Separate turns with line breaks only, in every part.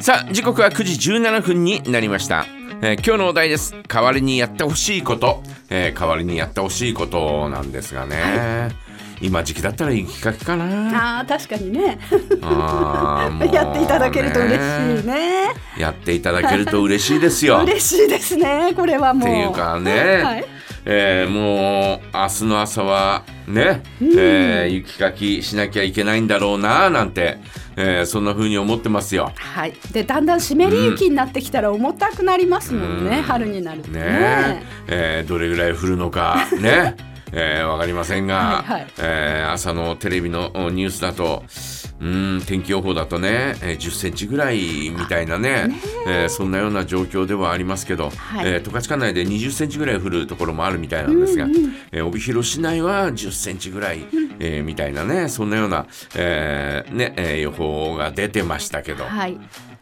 さあ時刻は9時17分になりました、えー今日のお題です代わりにやってほしいこと、えー代わりにやってほしいことなんですがね、今時期だったらいいきっかけかな
あー確か にね
あーもうね
やっていただけると嬉しいね
やっていただけると嬉しいですよ
嬉しいですねこれは
っ
もう
ていうかね、
はい
えーもう明日の朝はね、えー雪かきしなきゃいけないんだろうななんて、えーそんな風に思ってますよ。
はい、でだんだん湿り雪になってきたら重たくなりますもんね、
うん
春になると
ね
ね
えーどれぐらい降るの かね。えーわかりませんが、
はいはい
えー朝のテレビのおニュースだと、うーん、天気予報だとね、えー10センチぐらいみたいなね、えーそんなような状況ではありますけど、
はい
えー十勝管内で20センチぐらい降るところもあるみたいなんですが、えー帯広市内は10センチぐらい、えーみたいなね、そんなような、えーね、えー予報が出てましたけど、
はい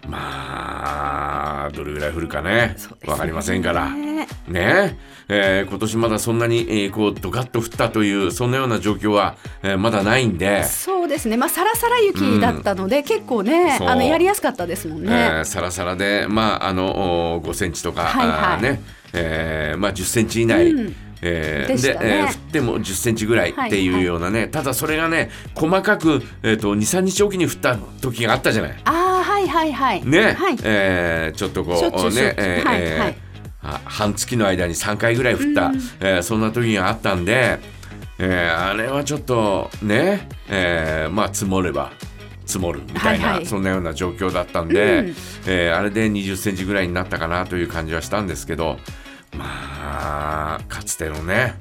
まあ、どれぐらい降るかね
そうです、ね
わかりませんから。
ね
ねええー今年まだそんなに、えーこうドカッと降ったというそんなような状況は、えーまだないんで、
そうですねまあさらさら雪だったので、結構ね
そう
あのやりやすかったですもん
え
ね、
ーサラサラで、まあ、あのお5センチとか、
はいはい
あーねえーまあ、10センチ以内。
うん
えー
でしたね
えー降っても10センチぐらいっていうようなね、ただそれがね細かく、えー、と23日おきに降った時があったじゃない。
ああはいはいはい
ね、
はい、
えーちょっとこ
しょっちゅ
う
うしょっ
ね
ちゅう、
えー
はい
えー
はい
あ半月の間に3回ぐらい降った、えーそんな時があったんで、えーあれはちょっとね、えーまあ積もれば積もるみたいな、
はいはい
そんなような状況だったんで、
うん
えーあれで20センチぐらいになったかなという感じはしたんですけど、まあかつてのね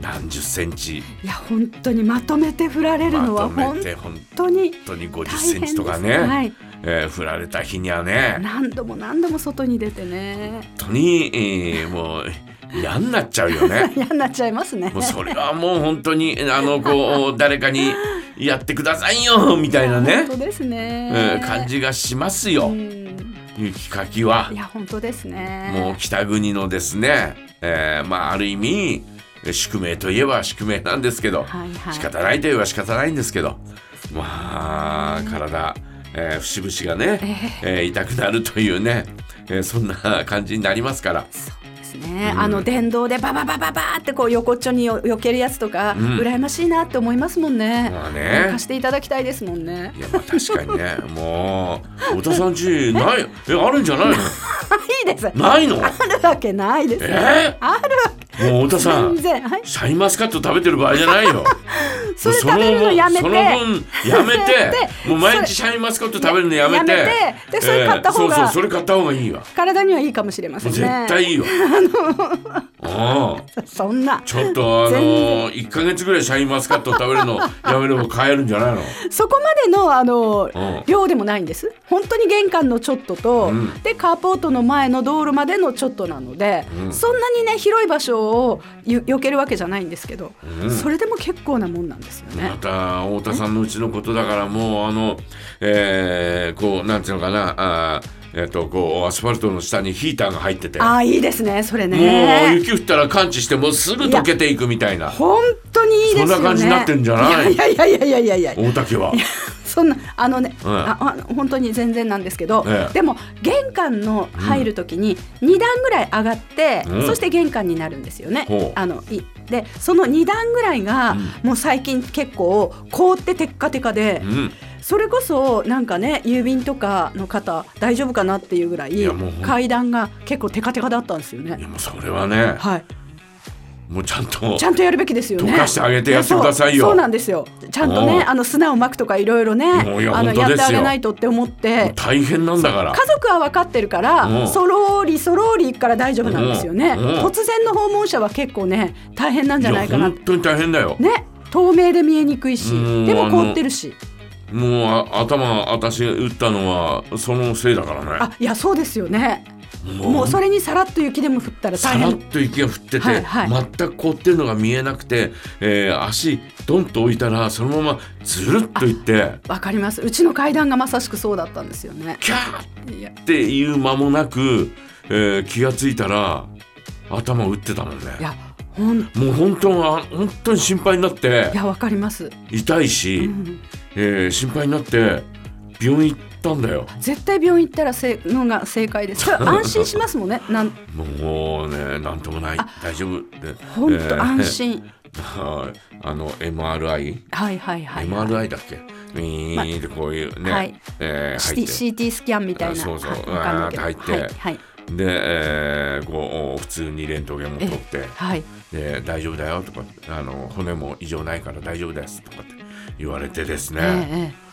何十センチ
いや本当にまとめて振られる
ま
のは
と
本
めて本
当に
当に50
大
セ
変
ン
で
チ
す、
とかね、
はい、
えー降られた日にはね。
何度も何度も外に出てね
本当に、えーもう嫌になっちゃうよ ね。
嫌になっちゃいますね
もうそれはもう本当にあのこう誰かにやってくださいよみたいなね
本、当ですね、
うん、感じがしますよ
う。ん
雪かきはい
や本当ですね
もう北国のですね、えーまあある意味宿命といえば宿命なんですけど、
はいはい
仕方ないといえば仕方ないんですけど、まあ体、えー節々がね、えー痛くなるというね、えーそんな感じになりますから。
そうですね、あの電動でバババババーってこう横っちょによ避けるやつとか、羨ましいなって思いますもんね,、
まあね
貸していただきたいですもんね
いやまあ確かにねもう太田さんちないえあるんじゃないの
いいですあ
ないの
るわけないですよ
え
あるわけ
もう太田さん
全然はい
シャインマスカット食べてる場合じゃないよ
それ食べるのやめて
その分その分 やめて
で
もう毎日シャインマスカット食べるのやめて
やめてでそれ買った方が
ええそうそうそれ買った方がいいわも
体にはいいかもしれませ
うん絶
ね
対いいよ、 ああ
そ んな
ちょっとあの一ヶ月ぐらいシャインマスカット食べるのやめれば買えるんじゃないの
そこまでのあの、
うん
量でもないんです本当に玄関のちょっとと、
ん
でカーポートの前の道路までのちょっとなので、そんなにね広い場所をよ避けるわけじゃないんですけど、それでも結構なもんなんですよ
ま
ね。
た太田さんのうちのことだからもうあのえー、こうなんていうのかなあーえっ、とこうアスファルトの下にヒーターが入ってても
ああいいですねそれ
う
ね。
雪降ったら感知してもうすぐ溶けていくみたいな
本当にいいですよね。
そんな感じになってんじゃない
いやいやいやいやいやいや
大竹は。
そんなあのね、
うん
ああ本当に全然なんですけど、
ええ
でも玄関の入るときに2段ぐらい上がって、
うん
そして玄関になるんですよね。
ほう
あのいでその2段ぐらいが、もう最近結構凍ってテッカテカで、
うん、
それこそなんかね郵便とかの方大丈夫かなっていうぐらい
いやもうほん
階段が結構テカテカだったんですよ
い
ね。
やもうそれはね
はい、
もうちゃんと
ちゃんとやるべきですよね。
溶かしてあげてやってくださいよ
そうそうなんですよ。ちゃんと
うん
ね、あの砂をまくとかいろいろね、
もういや
あの
本当
やっ
ですよ
てあげないとって思って。
大変なんだから
家族は分かってるか
うん
ら、そろりそろり行くから大丈夫なんですよね。
うんうん
突然の訪問者は結構ね、大変なんじゃないかな。
本当に大変だよ、
ね、透明で見えにくいし
うん、
でも凍ってるし。
もうあ頭私打ったのはそのせいだからね
あ、いや、そうですよね。
も
もうそれにさらっと雪でも降ったら
さ
大
らっ
変。
と雪が降ってて、
はいはい
全く凍ってるのが見えなくて、えー足ドンと置いたらそのままずるっといって
わかります。うちの階段がまさしくそうだったんですよね。
キャー
いや、
っていう間もなく、えー気がついたら頭を打ってたもんね
いや、ほん、い
もう本当は本当に心配になって
や、わかります。
痛いし、
うん
えー心配になって病院ったんだよ
絶対病院行ったらせのが正解です。そ れ安心しますもんね。なん
もうねなんともない大丈夫って
本当安
え
心。
ー はいあの MRI
はいはいはい。
MRI だっけウィーンってこういうね、
はい
えー入って
CT, CT スキャンみたいな。
そうそう
はいわかんないけど
わーって入
はい
って
はい
で、えーこう普通にレントゲンも取って
はい。
で大丈夫だよとかあの骨も異常ないから大丈夫ですとかって言われてですね、
ええ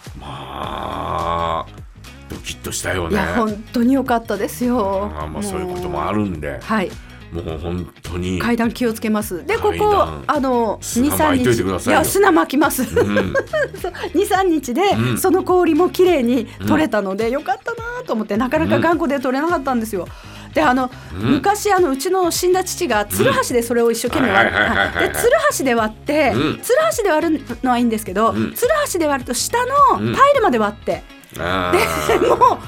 まあドキッとしたよ
ええい
ね
や本当に良かったですよ。
あーまあそういうこともあ
る。
るんで
はい。
もう本当に、
階段気をつけます。でこ
階
こ
段
あの
砂
二三
巻い
日
といてくださいよ
や砂巻きます。
うん、
二三日で、
うん
その氷も綺麗に取れたので、よかったなと思ってなかなか頑固で取れなかったんですよ。であの、
うん
昔あのうちの死んだ父が鶴橋でそれを一生懸命割る、
はいはいはいはいはい
で鶴橋で割って、
うん
鶴橋で割るのはいいんですけど、
うん
鶴橋で割ると下の
うん
タイルまで割って、
あ
で
ー
もう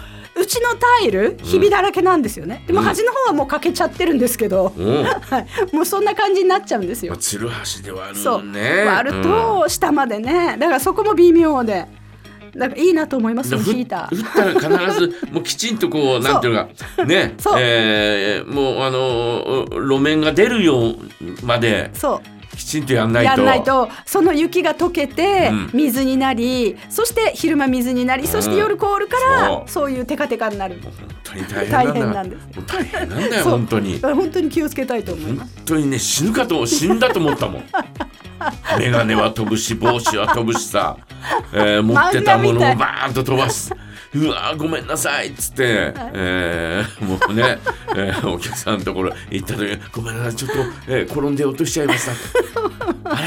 うちのタイルひびだらけなんですよね、でも
うん
端の方はもう欠けちゃってるんですけど、
うんま
はい、もうそんな感じになっちゃうんですよ
あ、。鶴橋で割
そ
る
う、
ね
割ると下までね、だからそこも微妙でだからいいなと思います
だ
よ
から
ヒータ
ふ
ー
打ったら必ずもうきちんとこうなんていうのかね
そう
えーもうあのー路面が出るようまで
そう
きちんとやんないと
やんないとその雪が溶けて
うん
水になり、そして昼間水になりそして夜凍るから、
そう
そういうテカテカになる
もう本当に大変なんだ
大変なんです
もう大変なんだよ
そう
本当に
だから本当に気をつけたいと思いま
本
す
当にね死ぬかと死んだと思った もん眼鏡は飛ぶし帽子は飛ぶしさ、えー持ってたものを
漫画みたい
バーンと飛ばすうわーごめんなさいっつって、えーもうね、えーお客さんのところ行った時ごめんなさいちょっと、えー転んで落としちゃいましたあら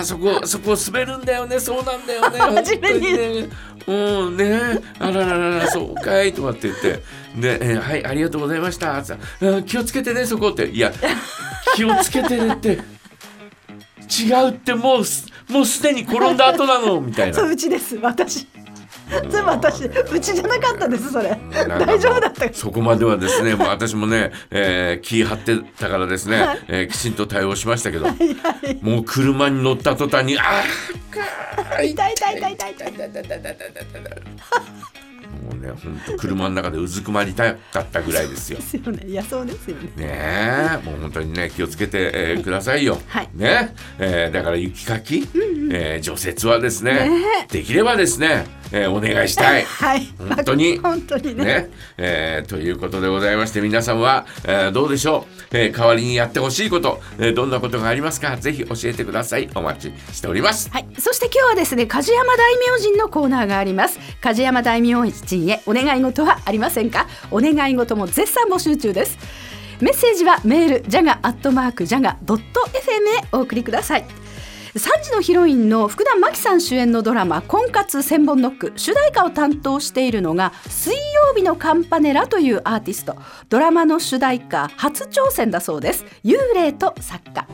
あそこそこ滑るんだよねそうなんだよね
真面目に
ねもうね、あらららら、そうかいとかって言って、で、えーはい、ありがとうございました。つってうん気をつけてね、そこって、いや、気をつけてねって。違うって、もうす、もうすでに転んだ後なのみたいな
そう。うちです私それ私うちじゃなかったですそれ
なんかもう
大丈夫だった
そこまではですね、もう私もね、えー気張ってたからですね、
はい
えーきちんと対応しましたけど、もう車に乗った途端に、ああ、
痛い痛い痛い痛い痛い
もうね、本当車の中でうずくまりたかったぐらいですよ
で。すよねいやそうですよね
ねえ、もう本当にね、気をつけて、えーくださいよ。
はい
ね、えーだから雪かき、えー除雪はですね、できればですね、えーお願いしたい。
はい
本当に
本当にね
ね、えーということでございまして皆さんは、えーどうでしょう、えー代わりにやってほしいこと、えーどんなことがありますかぜひ教えてくださいお待ちしております
はい、そして今日はですね梶山大名人のコーナーがあります梶山大名人へお願い事はありませんかお願い事も絶賛募集中ですメッセージはメールジャガアットマークジャガドット FM へお送りください3時のヒロインの福田真紀さん主演のドラマ「婚活千本ノック」主題歌を担当しているのが水曜日のカンパネラというアーティストドラマの主題歌初挑戦だそうです幽霊と作家